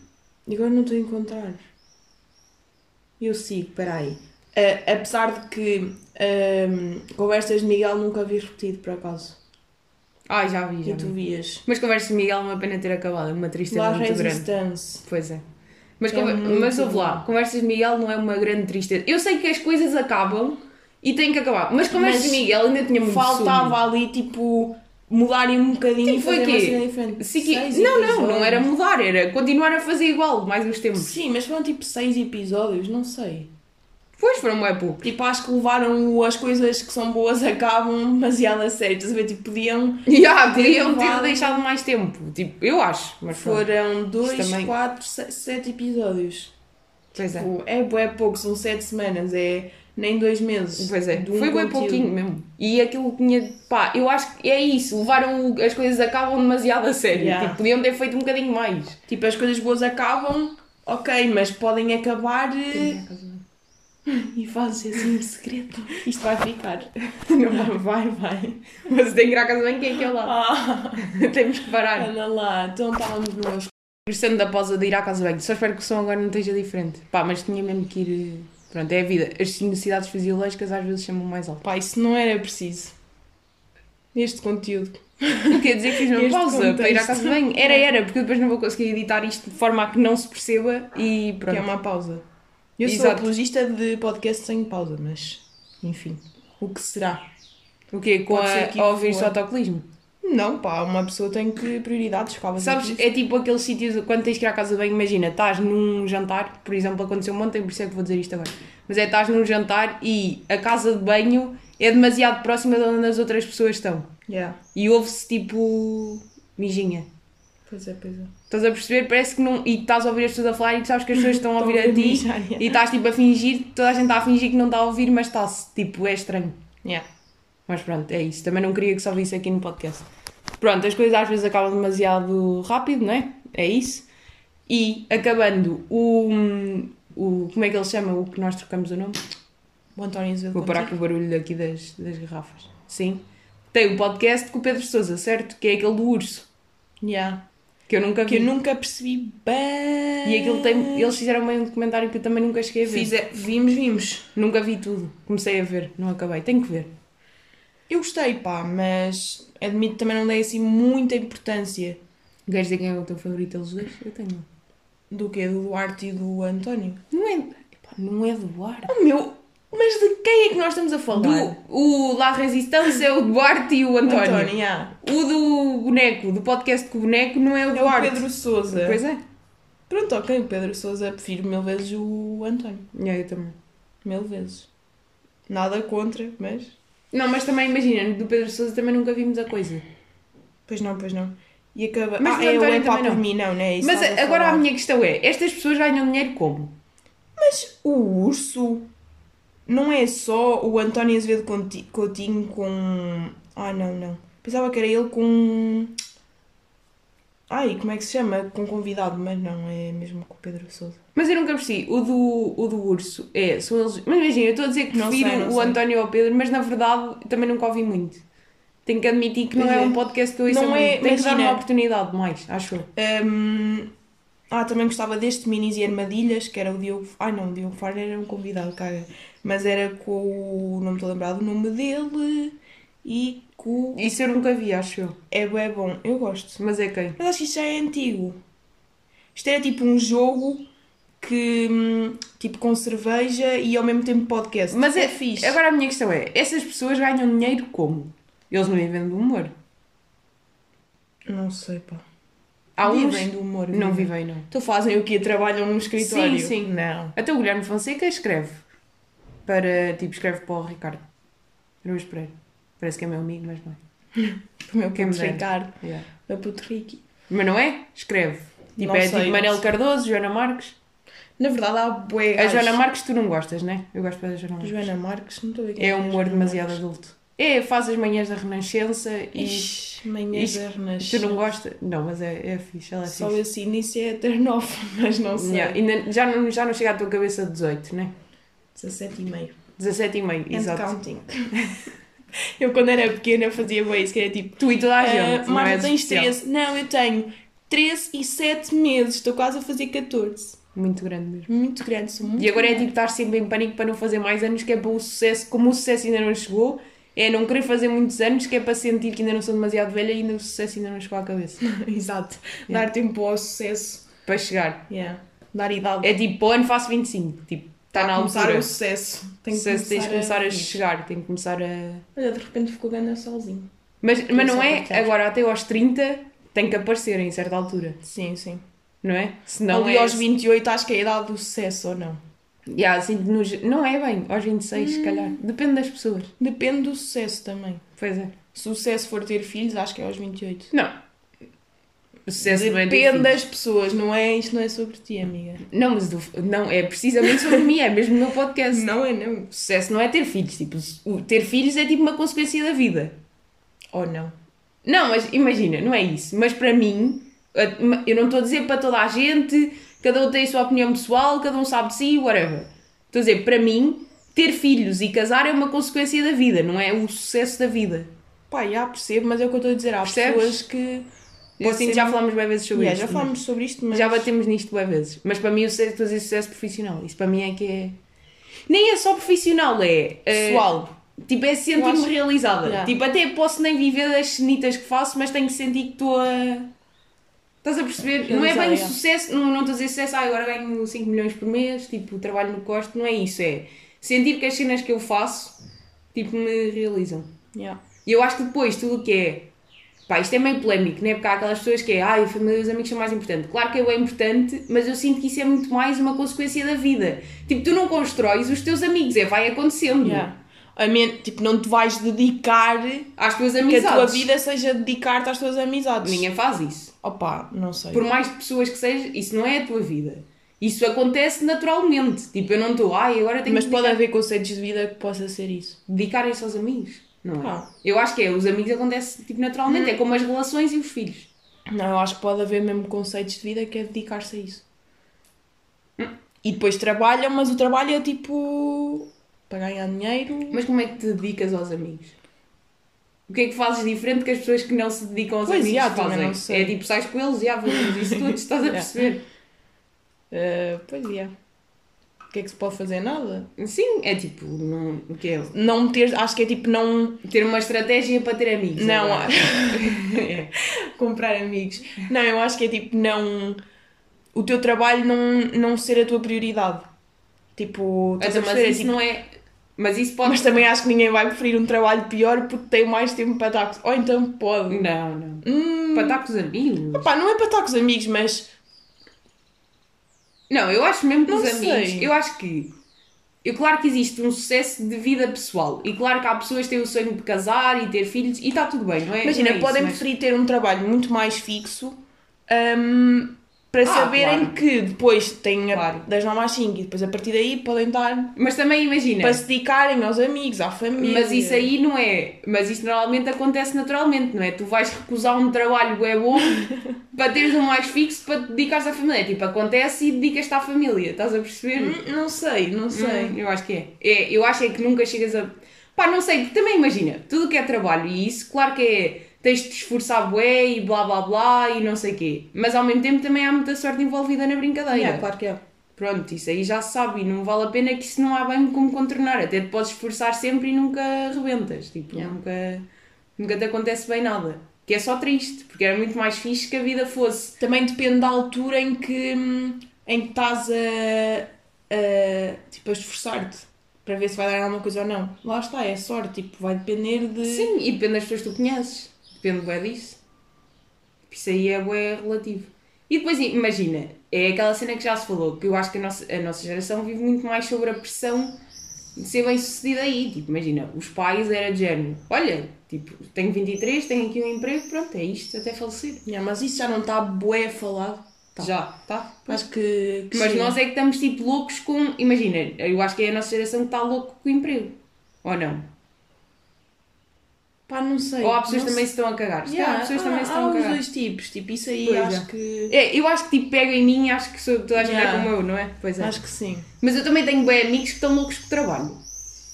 agora não estou a encontrar. Eu sigo, peraí. Ah, apesar de que ahm, conversas de Miguel nunca vi repetido, por acaso.
Ai, já vi, já
E tu
vi.
vias.
Mas conversas de Miguel é uma pena ter acabado, é uma tristeza
La
muito grande.
Resistance.
Pois é. Mas,
É
conver-
muito
mas ouve lá,
bom.
conversas de Miguel não é uma grande tristeza. Eu sei que as coisas acabam e têm que acabar, mas conversas
Mas
de Miguel ainda tinha muito
Faltava ali, tipo, mudarem um bocadinho
Tipo,
e
foi
fazer uma
quê?
cena diferente.
Sim, que...
Seis
Não, não, não
episódios.
era mudar, era continuar a fazer igual mais uns tempos.
Sim, mas foram tipo seis episódios, não sei.
Pois foram bem pouco.
Tipo, acho que levaram o- as coisas que são boas acabam demasiado a sério. Estás a ver? Tipo, podiam
E ah, podiam ter
levado-
deixado mais tempo. Tipo, eu acho. Mas pronto.
Foram dois,
Isso também.
quatro, se- sete episódios.
Pois é.
Pô, É, bué pouco, são sete semanas, é nem dois meses.
Pois é,
de um
foi bem
conteúdo.
pouquinho mesmo. E aquilo tinha. pá, eu acho que é isso. Levaram. o- As coisas acabam demasiado a sério.
Yeah.
Tipo, podiam ter feito um bocadinho mais.
Tipo, as coisas boas acabam, ok, mas podem acabar eh, e fazes assim em segredo. Isto vai ficar. Não vai, vai, vai.
Mas tem que ir à casa bem que é aquele lá.
Ah,
Temos que parar.
anda lá, então estávamos nós.
Regressando da pausa de ir à casa bem. Só espero que o som agora não esteja diferente. Pá, mas tinha mesmo que ir. eh, Pronto, é a vida. As necessidades fisiológicas às vezes chamam mais alto.
Pá, isso não era preciso. Neste conteúdo.
Quer dizer que fiz uma
Este
pausa para ir à
contexto.
casa bem. Era, era, porque depois não vou conseguir editar isto de forma a que não se perceba e pronto.
Que é uma pausa. Eu sou
Exato.
apologista de podcast sem pausa, mas enfim, o que será?
O quê? Com
Pode ser
a,
que
a ouvir
for.
só autocolismo?
Não, pá, uma pessoa tem que prioridades, calma.
Sabes, é tipo aqueles sítios, quando tens que ir à casa bem, imagina, estás num jantar, por exemplo, aconteceu ontem, por isso é que vou dizer isto agora. Mas é, estás num jantar e a casa de banho é demasiado próxima de onde as outras pessoas estão.
Yeah.
E ouve-se tipo. mijinha.
Pois é, pois é.
Estás a perceber? Parece que não. E estás a ouvir as pessoas a falar e tu sabes que as pessoas estão a
Estão
ouvir
a
a ti
mijar, yeah.
e estás tipo a fingir, toda a gente está a fingir que não está a ouvir, mas está-se. Tipo, é estranho.
Yeah.
Mas pronto, é isso. Também não queria que só visse aqui no podcast. Pronto, as coisas às vezes acabam demasiado rápido, não é? É isso. E acabando o. o como é que ele se chama? O que nós trocamos o nome?
O António Azevedo.
Vou parar com o barulho aqui das, das garrafas. Sim. Tem o podcast com o Pedro Souza, certo? Que é aquele do urso,
Yeah.
que eu nunca
Que
vi.
eu nunca percebi bem.
E aquilo tem. Eles fizeram bem um documentário que eu também nunca cheguei a ver.
Fize- Vimos, vimos.
Nunca vi tudo. Comecei a ver, não acabei. Tenho que ver.
Eu gostei, pá, mas admito que também não dei assim muita importância
Queres dizer quem é o teu favorito deles dois? Eu tenho.
do que do Duarte e do António.
Não é. Epá, não é Duarte.
O Oh, meu. Mas de quem é que nós estamos a falar?
Do, o La Resistance é o Duarte e o António.
António, yeah.
O do boneco, do podcast com o boneco, não é o
É o
Duarte.
Pedro Souza.
Pois é.
Pronto, ok, o Pedro Souza prefiro mil vezes o António.
eu também.
Mil vezes. Nada contra, mas.
Não, mas também imagina, do Pedro Souza também nunca vimos a coisa.
Pois não, pois não. E acaba.
Mas
ah,
do
é o
António
é pá
também
por
não.
mim, não, não é isso?
mas
estás
agora
falar.
a minha questão é, estas pessoas ganham dinheiro como?
Mas o urso não é só o António Azevedo Conti- Coutinho com. Ah, não, não. Pensava que era ele com. Ai, como é que se chama? Com convidado, mas não, é mesmo com o Pedro Souza.
Mas eu nunca percebi, o do, o do urso é, são eles... Mas imagina, eu estou a dizer que
Não sei,
prefiro
não
o
sei.
António ao Pedro, mas na verdade também nunca ouvi muito. Tenho que admitir que não
Pois
é,
é.
um podcast que eu ouço
Não
muito.
é-
Tenho que dar
imagina.
uma oportunidade mais, acho eu.
Hum, Ah, também gostava deste Minis e Armadilhas, que era o Diogo. Ai não, o Diogo Faro era um convidado, caga. Mas era com o. Não me estou a lembrar do nome dele e com.
Isso eu nunca vi, acho eu.
É bué bom, eu gosto.
Mas é quem?
Mas acho que isto já é antigo. Isto era tipo um jogo que. hum, tipo com cerveja e ao mesmo tempo podcast.
Mas é,
fixe.
Agora a minha questão é: essas pessoas ganham dinheiro como? Eles não vivem do humor.
Não sei, pá.
Há uns
Vivem do humor.
não vivem, não.
Então fazem o quê? Trabalham num escritório?
Sim, sim.
Não.
Até o Guilherme Fonseca escreve para, tipo, escreve para o Ricardo. Luís Pereira. Parece que é meu amigo, mas não é.
Para o meu
Quem me
puto
dera.
Ricardo.
Yeah.
Meu puto Ricky.
Mas não é? Escreve. Tipo,
Não
é
sei,
tipo
não
Manel
sei.
Cardoso, Joana Marques.
Na verdade, há bué
A
gajos.
Joana Marques tu não gostas, né? Eu gosto da Joana Marques.
Joana Marques, não estou a ver quem
É um humor
Joana
demasiado
Marques.
adulto. É, faz as manhãs da Renascença e.
Ixi, manhãs
Ixi,
da renascença.
Tu não gostas? Não, mas é, é fixe, ela é
Só
fixe.
esse início é turn off, mas não sei.
Yeah, ainda- já, não, já não chega à tua cabeça 18, né?
17 e meio.
17 e meio,
And
exato.
counting. eu quando era pequena fazia bem isso, que era tipo...
Tu e toda a
"Ah,
gente. não
Marta,
és
tens
especial.
13. Não, eu tenho 13 e 7 meses. Estou quase a fazer 14.
Muito grande mesmo.
Muito grande, sou muito
E agora é
grande.
tipo estar sempre em pânico para não fazer mais anos, que é para o sucesso, como o sucesso ainda não chegou, é não querer fazer muitos anos, que é para sentir que ainda não sou demasiado velha e ainda o sucesso ainda não chegou à cabeça.
Exato.
É.
Dar tempo ao sucesso.
para chegar.
Yeah. Dar idade.
É tipo, para o ano faço 25. Tipo, está na
começar
altura.
o sucesso. Tem que
Sucesso, tens de começar a
vir.
chegar, tem que começar a.
Olha, é, de repente ficou grande sozinho.
Mas, mas não
Começar a
é
partilhar.
agora, até aos 30 tem que aparecer em certa altura,
Sim, sim.
não é? Se
Não
não
Ali
é.
aos 28 acho que é a idade do sucesso ou não.
Yeah, assim, nos- Não é bem, aos 26, se calhar. Depende das pessoas.
Depende do sucesso também.
Pois é.
Se o sucesso for ter filhos, acho que é aos 28.
Não. O sucesso não é ter
Depende
filhos.
das pessoas, não é? Isto não é sobre ti, amiga.
Não, mas do- não, é precisamente sobre mim, é mesmo o meu podcast.
Não é não.
O sucesso não é ter filhos, tipo, o- ter filhos é tipo uma consequência da vida.
Ou não.
Não, mas imagina, não é isso. Mas para mim, a- eu não estou a dizer para toda a gente, cada um tem a sua opinião pessoal, cada um sabe de si, whatever. Estou a dizer, para mim, ter filhos e casar é uma consequência da vida, não é o sucesso da vida.
Pá, já percebo, mas é o que eu estou a dizer. Há
Percebes?
pessoas que...
Eu sinto que já falámos bem vezes sobre
Yeah,
isso. é?
já falámos sobre isto, mas...
Já batemos nisto bem vezes. Mas para mim o sucesso, estou a dizer sucesso profissional. Isso para mim é que é. Nem é só profissional, é. eh,
Pessoal.
Tipo, é sentir-me
Eu acho-
realizada.
Yeah.
Tipo, até posso nem viver das cenitas que faço, mas tenho que sentir que estou a. Estás a perceber? Não é
Realizada,
bem o
yeah.
sucesso, não, não estou a dizer sucesso, ah, agora ganho 5 milhões por mês, tipo, trabalho no costo, não é isso, é sentir que as cenas que eu faço, tipo, me realizam.
Yeah.
E eu acho que depois tudo o que é. Pá, isto é meio polémico, né? Porque há aquelas pessoas que é. Ai, a família e os amigos são mais importante. Claro que eu é importante, mas eu sinto que isso é muito mais uma consequência da vida. Tipo, tu não constróis os teus amigos, é vai acontecendo.
Yeah. A men- Tipo, não te vais dedicar...
Às tuas
Que a
amizades.
tua vida seja dedicar-te às tuas amizades.
Ninguém faz isso.
Opa, não sei.
Por mais pessoas que seja, isso não é a tua vida. Isso acontece naturalmente. Tipo, eu não estou. Ai, agora tenho
Mas
que
pode haver conceitos de vida que possa ser isso.
dedicar isso aos amigos. Não é?
Ah. Uhum.
Eu acho que é. Os amigos acontece tipo, naturalmente. É como as relações e os filhos.
Não, eu acho que pode haver mesmo conceitos de vida que é dedicar-se a isso. E depois trabalham, mas o trabalho é tipo. para ganhar dinheiro.
Mas como é que te dedicas aos amigos? O que é que fazes diferente que as pessoas que não se dedicam aos
Pois,
amigos
já, também
fazem?
não sei.
É tipo, sais com eles, já fazemos isso todos, estás a
Já.
perceber?
Ah, pois é. O que é que se pode fazer? Nada.
Sim, é tipo, não, o que é?
Não ter. acho que é tipo não.
Ter uma estratégia para ter amigos.
Não,
agora. É.
comprar amigos. Não, eu acho que é tipo não. o teu trabalho não, não ser a tua prioridade. Tipo. estás a
Então, mas
perceber? É
isso
tipo,
não é. Mas isso pode.
Mas também acho que ninguém vai preferir um trabalho pior porque tem mais tempo para estar com... Ou então pode.
Não, não.
Hum,
Para estar com os amigos.
pá, não é para estar com os amigos, mas...
Não, eu acho mesmo que
Não
os amigos.
sei.
Eu acho que. Eu, claro que existe um sucesso de vida pessoal. E claro que há pessoas que têm o sonho de casar e ter filhos e está tudo bem, não é?
Imagina,
não é isso,
podem
mas-
preferir ter um trabalho muito mais fixo hum, para
Ah,
saberem
claro.
que depois têm a-
Claro.
das 9 às 5 e depois a partir daí podem estar
Mas também imagina.
para se dedicarem aos amigos, à família.
É. Mas isso aí não é. Mas isso normalmente acontece naturalmente, não é? Tu vais recusar um trabalho é bom para teres um mais fixo para te dedicares à família. É Tipo, acontece e dedicas-te à família. Estás a perceber?
Hum, Não sei, não sei.
Hum, eu acho que é. é. Eu acho é que nunca chegas a. Pá, não sei, porque também imagina, tudo o que é trabalho e isso, claro que é. Tens de te esforçar bué e blá blá blá e não sei quê. Mas ao mesmo tempo também há muita sorte envolvida na brincadeira.
Yeah, claro que é.
Pronto, isso aí já se sabe e não vale a pena que isso não há bem como contornar. Até te podes esforçar sempre e nunca arrebentas. Tipo,
Yeah.
nunca, nunca te acontece bem nada. Que é só triste, porque era muito mais fixe que a vida fosse.
Também depende da altura em que, hum, em que estás a, a, tipo, a esforçar-te para ver se vai dar alguma coisa ou não. Lá está, é sorte, tipo, vai depender de.
Sim, e depende das pessoas que tu conheces. Depende bué disso. Isso aí é bué relativo. E depois, imagina, é aquela cena que já se falou, que eu acho que a nossa, a nossa geração vive muito mais sobre a pressão de ser bem sucedida aí. Tipo, imagina, os pais era de género. Olha, tipo, tenho 23, tenho aqui um emprego, pronto, é isto, até falecer.
Yeah, mas isso já não está tá bué falado.
Já, tá?
Acho que. que
Mas
sim.
nós é que estamos tipo loucos com. Imagina, eu acho que é a nossa geração que está louco com o emprego. Ou não?
Pá, não sei.
Ou há pessoas
não
que também
sei.
se estão a cagar. Se calhar
Yeah,
há pessoas
há-
que também se
há
estão a
os
cagar.
dois tipos, tipo, isso aí
Pois
acho
é.
que.
É, eu acho que tipo pega em mim, acho que sou, toda a gente
Yeah.
é como eu, não é? Pois é.
Acho que sim.
Mas eu também tenho bem amigos que estão loucos com o trabalho.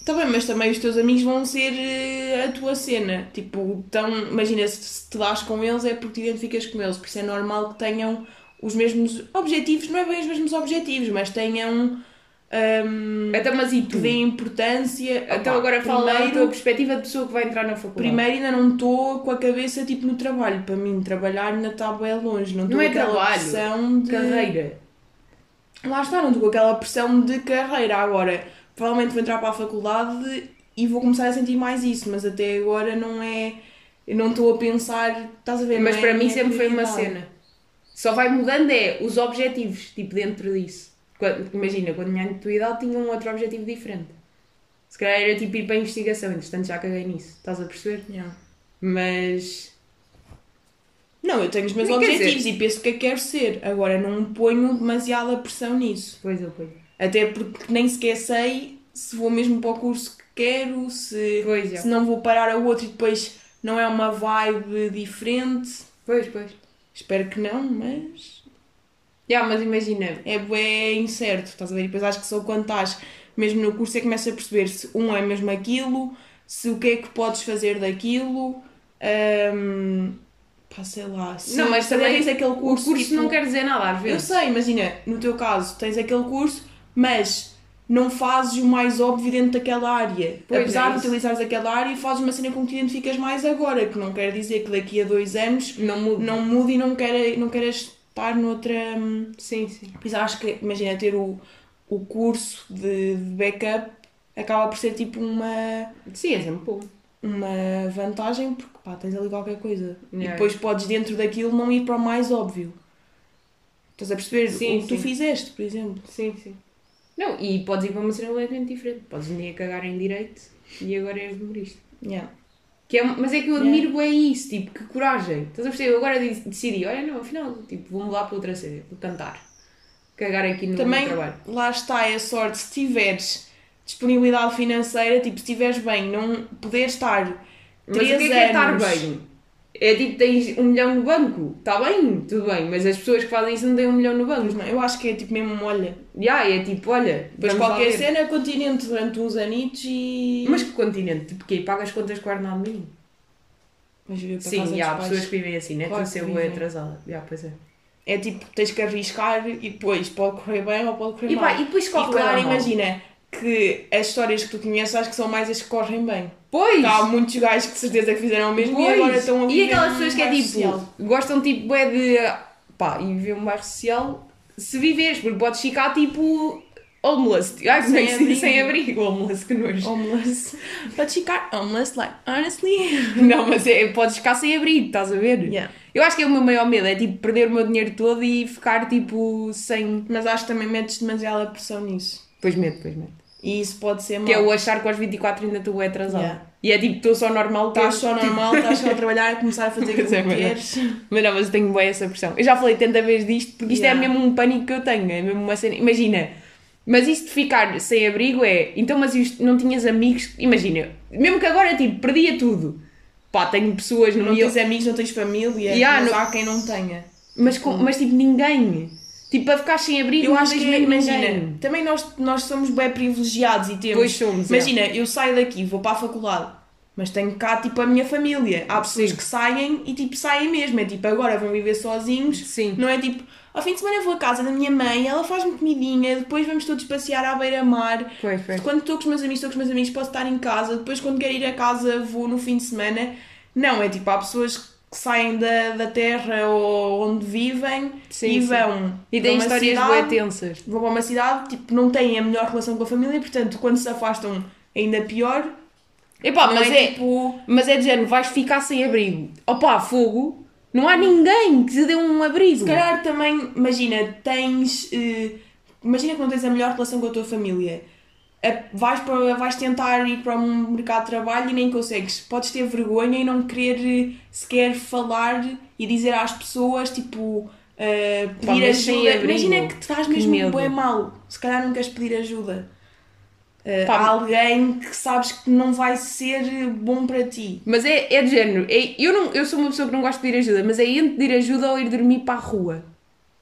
Tá bem, mas também os teus amigos vão ser eh, a tua cena. Tipo, tão, imagina, se, se te dás com eles é porque te identificas com eles. Por isso é normal que tenham os mesmos objetivos, não é bem os mesmos objetivos, mas tenham. Um,
Então, mas e tu?
que deem importância.
Então
Opá,
agora fala a tua
primeiro,
perspectiva de pessoa que vai entrar na faculdade.
primeiro ainda não estou com a cabeça tipo no trabalho. Para mim, trabalhar ainda está bem longe. Não, estou
Não é
com aquela
trabalho,
pressão de.
Carreira.
Lá está, não estou com aquela pressão de carreira agora. Provavelmente vou entrar para a faculdade e vou começar a sentir mais isso, mas até agora não é. Eu não estou a pensar. Estás a ver?
Mas
não é
para
a
mim
minha
sempre foi uma
prioridade.
cena. Só vai mudando é os objetivos, tipo, dentro disso. Quando- imagina, quando minha tua idade tinha um outro objetivo diferente. Se calhar era tipo ir para a investigação, entretanto já caguei nisso, estás a perceber?
Yeah.
Mas.
Não, eu tenho os meus
Quer dizer-
objetivos e penso o que é que quero ser. Agora não ponho demasiada pressão nisso.
Pois eu, pois.
Até porque nem sequer sei se vou mesmo para o curso que quero, se,
Pois é.
se não vou parar ao outro e depois não é uma vibe diferente.
Pois, pois.
Espero que não, mas.
Já, mas imagina.
é bué incerto, estás a ver? E depois acho que só quando estás mesmo no curso é que começas a perceber se um é mesmo aquilo, se o que é que podes fazer daquilo, hum, pá, sei lá. Se
Não, mas
se
também
tens aquele curso,
o curso
tipo,
não quer dizer nada às
Eu
vezes.
sei, imagina, no teu caso tens aquele curso, mas não fazes o mais óbvio dentro daquela área.
Pois,
Apesar
é
de
isso.
utilizares aquela área, fazes uma cena com que te identificas mais agora, que não quer dizer que daqui a dois anos
Não muda.
não mude e não queira- não queiras estar noutra. hum,
Sim, sim.
pois acho que, imagina, ter o, o curso de, de backup acaba por ser tipo uma,
Sim, é sempre bom.
uma vantagem, porque pá, tens ali qualquer coisa. E
Yeah.
depois podes, dentro daquilo, não ir para o mais óbvio. Estás a perceber
Sim,
o que tu
sim.
fizeste, por exemplo.
Sim, sim. Não, e podes ir para uma cena completamente diferente. Podes um dia cagar em direito e agora és humorista.
Yeah.
Que é- mas é que eu admiro bem isso, tipo, que coragem. Estás a perceber? Eu agora de- decidi, olha, não, afinal, tipo, vou mudar para outra cena, vou cantar. Cagar aqui no
Também,
meu trabalho.
lá está é a sorte, se tiveres disponibilidade financeira, tipo, se estiveres bem, não poder estar
Mas o que é
3
que é estar
anos...
bem? É tipo, tens um milhão no banco, está bem, tudo bem, mas as pessoas que fazem isso não têm um milhão no
Mas
banco.
não, eu acho que é tipo mesmo, olha,
Já, é tipo, olha,
depois
vamos lá
qualquer
ver.
cena, continente durante uns anitos e...
Mas que continente? Tipo, quê? Paga as contas com o Arnaldo Minho?
Vais viver para a casa
Sim, e há
dos
pessoas
pais.
que vivem assim, né?
Claro
Claro, tu
que
ser bué
vivem.
atrasada. Já, pois é.
É tipo, tens que arriscar e depois pode correr bem ou pode correr
E,
mal.
pá, e depois
E
qual
claro,
é
imagina que as histórias que tu conheces acho que são mais as que correm bem.
Pois!
Porque Há muitos gajos que de certeza que fizeram o mesmo
Pois.
e agora estão a
E
viver
aquelas
num
pessoas que é
bairro
tipo,
social.
gostam tipo, bué de. pá, e viver um bairro social se viveres, porque podes ficar tipo. homeless. Ai, como é que se diz?
Sem
sem abrigo, homeless, que nojo.
Homeless. But she got homeless, like, honestly.
Não, mas é, podes ficar sem abrigo, estás a ver?
Yeah.
Eu acho que é o meu maior medo, é tipo perder o meu dinheiro todo e ficar tipo sem.
Mas acho que também metes demasiada pressão nisso.
Pois medo, pois medo.
E isso pode ser mal.
Que é o achar que aos 24 ainda estou bué atrasada.
Yeah.
E é tipo, estou só normal,
Estás
tipo,
só normal, estás só a trabalhar, a começar a fazer aquilo
Pois é,
que
mas-
queres.
Mas não, mas eu tenho bem essa pressão. Eu já falei tanta vez disto, porque isto
Yeah.
é mesmo um pânico que eu tenho, é mesmo uma cena. Imagina, mas isto de ficar sem abrigo é. Então, mas isto, não tinhas amigos? Imagina, mesmo que agora, tipo, perdia tudo. Pá, tenho pessoas no
Não
meu.
tens amigos, não tens família,
Yeah,
mas
não-
há quem não tenha.
Mas, com- mas, tipo, ninguém. Tipo, para ficar sem abrigo,
Eu
não
acho que é,
tens mesmo
imagina,
ninguém.
também nós, nós somos bem privilegiados e temos.
Pois somos, é.
Imagina, eu saio daqui, vou para a faculdade, mas tenho cá tipo a minha família. Há pessoas
Sim.
que saem e tipo saem mesmo. É tipo agora vão viver sozinhos.
Sim.
Não é tipo, ao fim de semana vou à casa da minha mãe, ela faz-me comidinha, depois vamos todos passear à beira-mar.
Pois, pois.
Quando estou com os meus amigos, estou com os meus amigos, posso estar em casa, depois quando quero ir a casa vou no fim de semana. Não, é tipo, há pessoas que saem da, da terra ou onde vivem
Sim, sim.
e vão.
E tem
para uma
histórias
cidade,
boé tensas.
vão para uma cidade, tipo, não têm a melhor relação com a família, portanto, quando se afastam, ainda pior.
Epá,
Não
mas é.
tipo.
Mas é de género, vais ficar sem abrigo. Opá, fogo. Não há ninguém que te dê um abrigo.
Se calhar também, imagina, tens. eh, imagina que não tens a melhor relação com a tua família. A- Vais, para, vais tentar ir para um mercado de trabalho e nem consegues. Podes ter vergonha e não querer eh, sequer falar e dizer às pessoas, tipo, eh, pedir
Pá, mas sem
ajuda.
abrigo.
Imagina que te faz
Que
mesmo
medo.
bem mal. Se calhar não queres pedir ajuda. Eh,
Pá,
a alguém que sabes que não vai ser bom para ti.
Mas é, é de género. É- eu, não, eu sou uma pessoa que não gosto de pedir ajuda, mas é entre pedir ajuda ou ir dormir para a rua.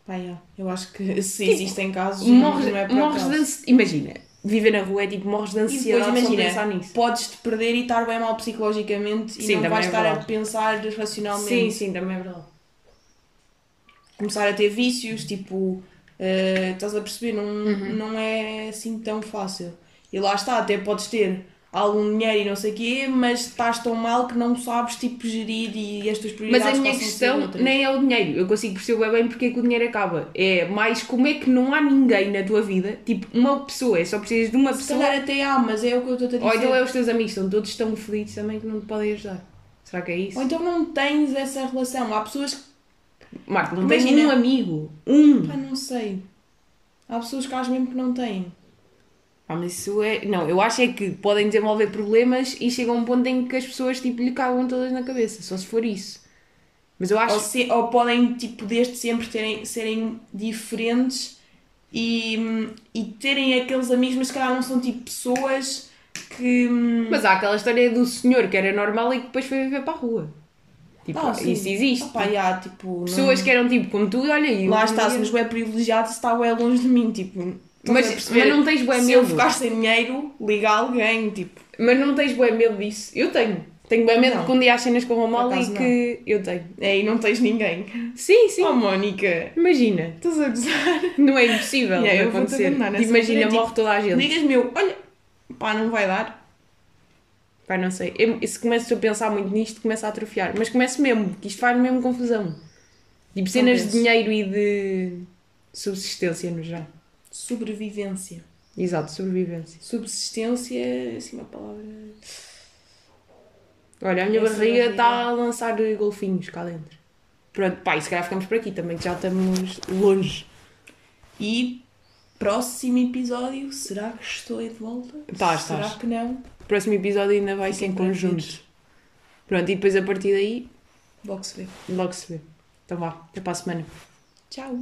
Pá, é, eu acho que se existem casos,
Morres,
não é por
morres
acaso.
de ansi- Imagina, viver na rua é tipo morres de
E
ansiedade
depois
só de pensar
imagina,
nisso.
podes-te perder e estar bem mal psicologicamente
Sim,
e não
também
vais
é
estar a
verdade.
pensar racionalmente.
Sim, sim, também é verdade.
Começar a ter vícios, tipo, eh, estás a perceber, não,
Uhum.
não é assim tão fácil. E lá está, até podes ter algum dinheiro e não sei o quê, mas estás tão mal que não sabes, tipo, gerir e as
Mas
tuas prioridades
a minha
passam ser
questão
outras.
nem é o dinheiro. Eu consigo perceber bué bem porque é que o dinheiro acaba. É mais como é que não há ninguém na tua vida, tipo uma pessoa, é só precisas de uma
Se
pessoa.
calhar até há, mas é o que eu estou a dizer.
Ou então é os teus amigos, estão todos tão felizes também que não te podem ajudar. Será que é isso?
Ou então não tens essa relação. Há pessoas que,
Marco, não tens
Imagina-
um amigo. Um.
pá, não sei. Há pessoas que acho mesmo que não têm.
Ah, mas isso é. Não, eu acho é que podem desenvolver problemas e chega a um ponto em que as pessoas tipo, lhe cagam todas na cabeça, só se for isso. Mas eu
ou,
acho.
se- ou podem, tipo, desde sempre terem, serem diferentes e, e terem aqueles amigos, mas se calhar não são tipo pessoas que. hum,
Mas há aquela história do senhor que era normal e que depois foi viver para a rua. Tipo,
Ah, sim.
isso existe.
Opá, já, tipo, não-
Pessoas que eram tipo como tu, e olha eu.
Lá está, se nos é privilegiado, se está bem longe de mim, tipo. estás
Mas-
a perceber?
mas não tens bué
Se eu
medo.
ficar sem dinheiro, liga alguém, tipo.
Mas não tens bem medo disso. Eu tenho. Tenho bem medo
Não.
que um dia as cenas corram mal e
acaso,
que eu tenho.
Aí não tens ninguém.
Sim, sim.
Oh, Mónica,
Imagina.
estás a gozar.
Não é impossível
Yeah,
de
eu vou-te
acontecer.
abandonar nessa altura,
Imagina,
tipo,
morre toda a gente.
Ligas-me eu, olha, pá, não vai dar.
Pá, não sei. Eu, se começo a pensar muito nisto, começo a atrofiar. Mas começo mesmo, que isto faz mesmo confusão. Tipo, cenas de
penses.
dinheiro e de subsistência no geral.
Sobrevivência.
Exato, sobrevivência.
Subsistência, assim uma palavra.
Olha, a minha
Essa
barriga
barriga.
está a lançar golfinhos cá dentro. Pronto, pá, e se calhar ficamos por aqui também, que já estamos longe.
E próximo episódio, será que estou aí de volta?
Estás,
será
estás.
que não?
O próximo episódio ainda vai ser em
Fiquem
conjunto. Pronto, e depois a partir daí,
Box ver.
logo se vê. Então vá, até para a semana.
Tchau.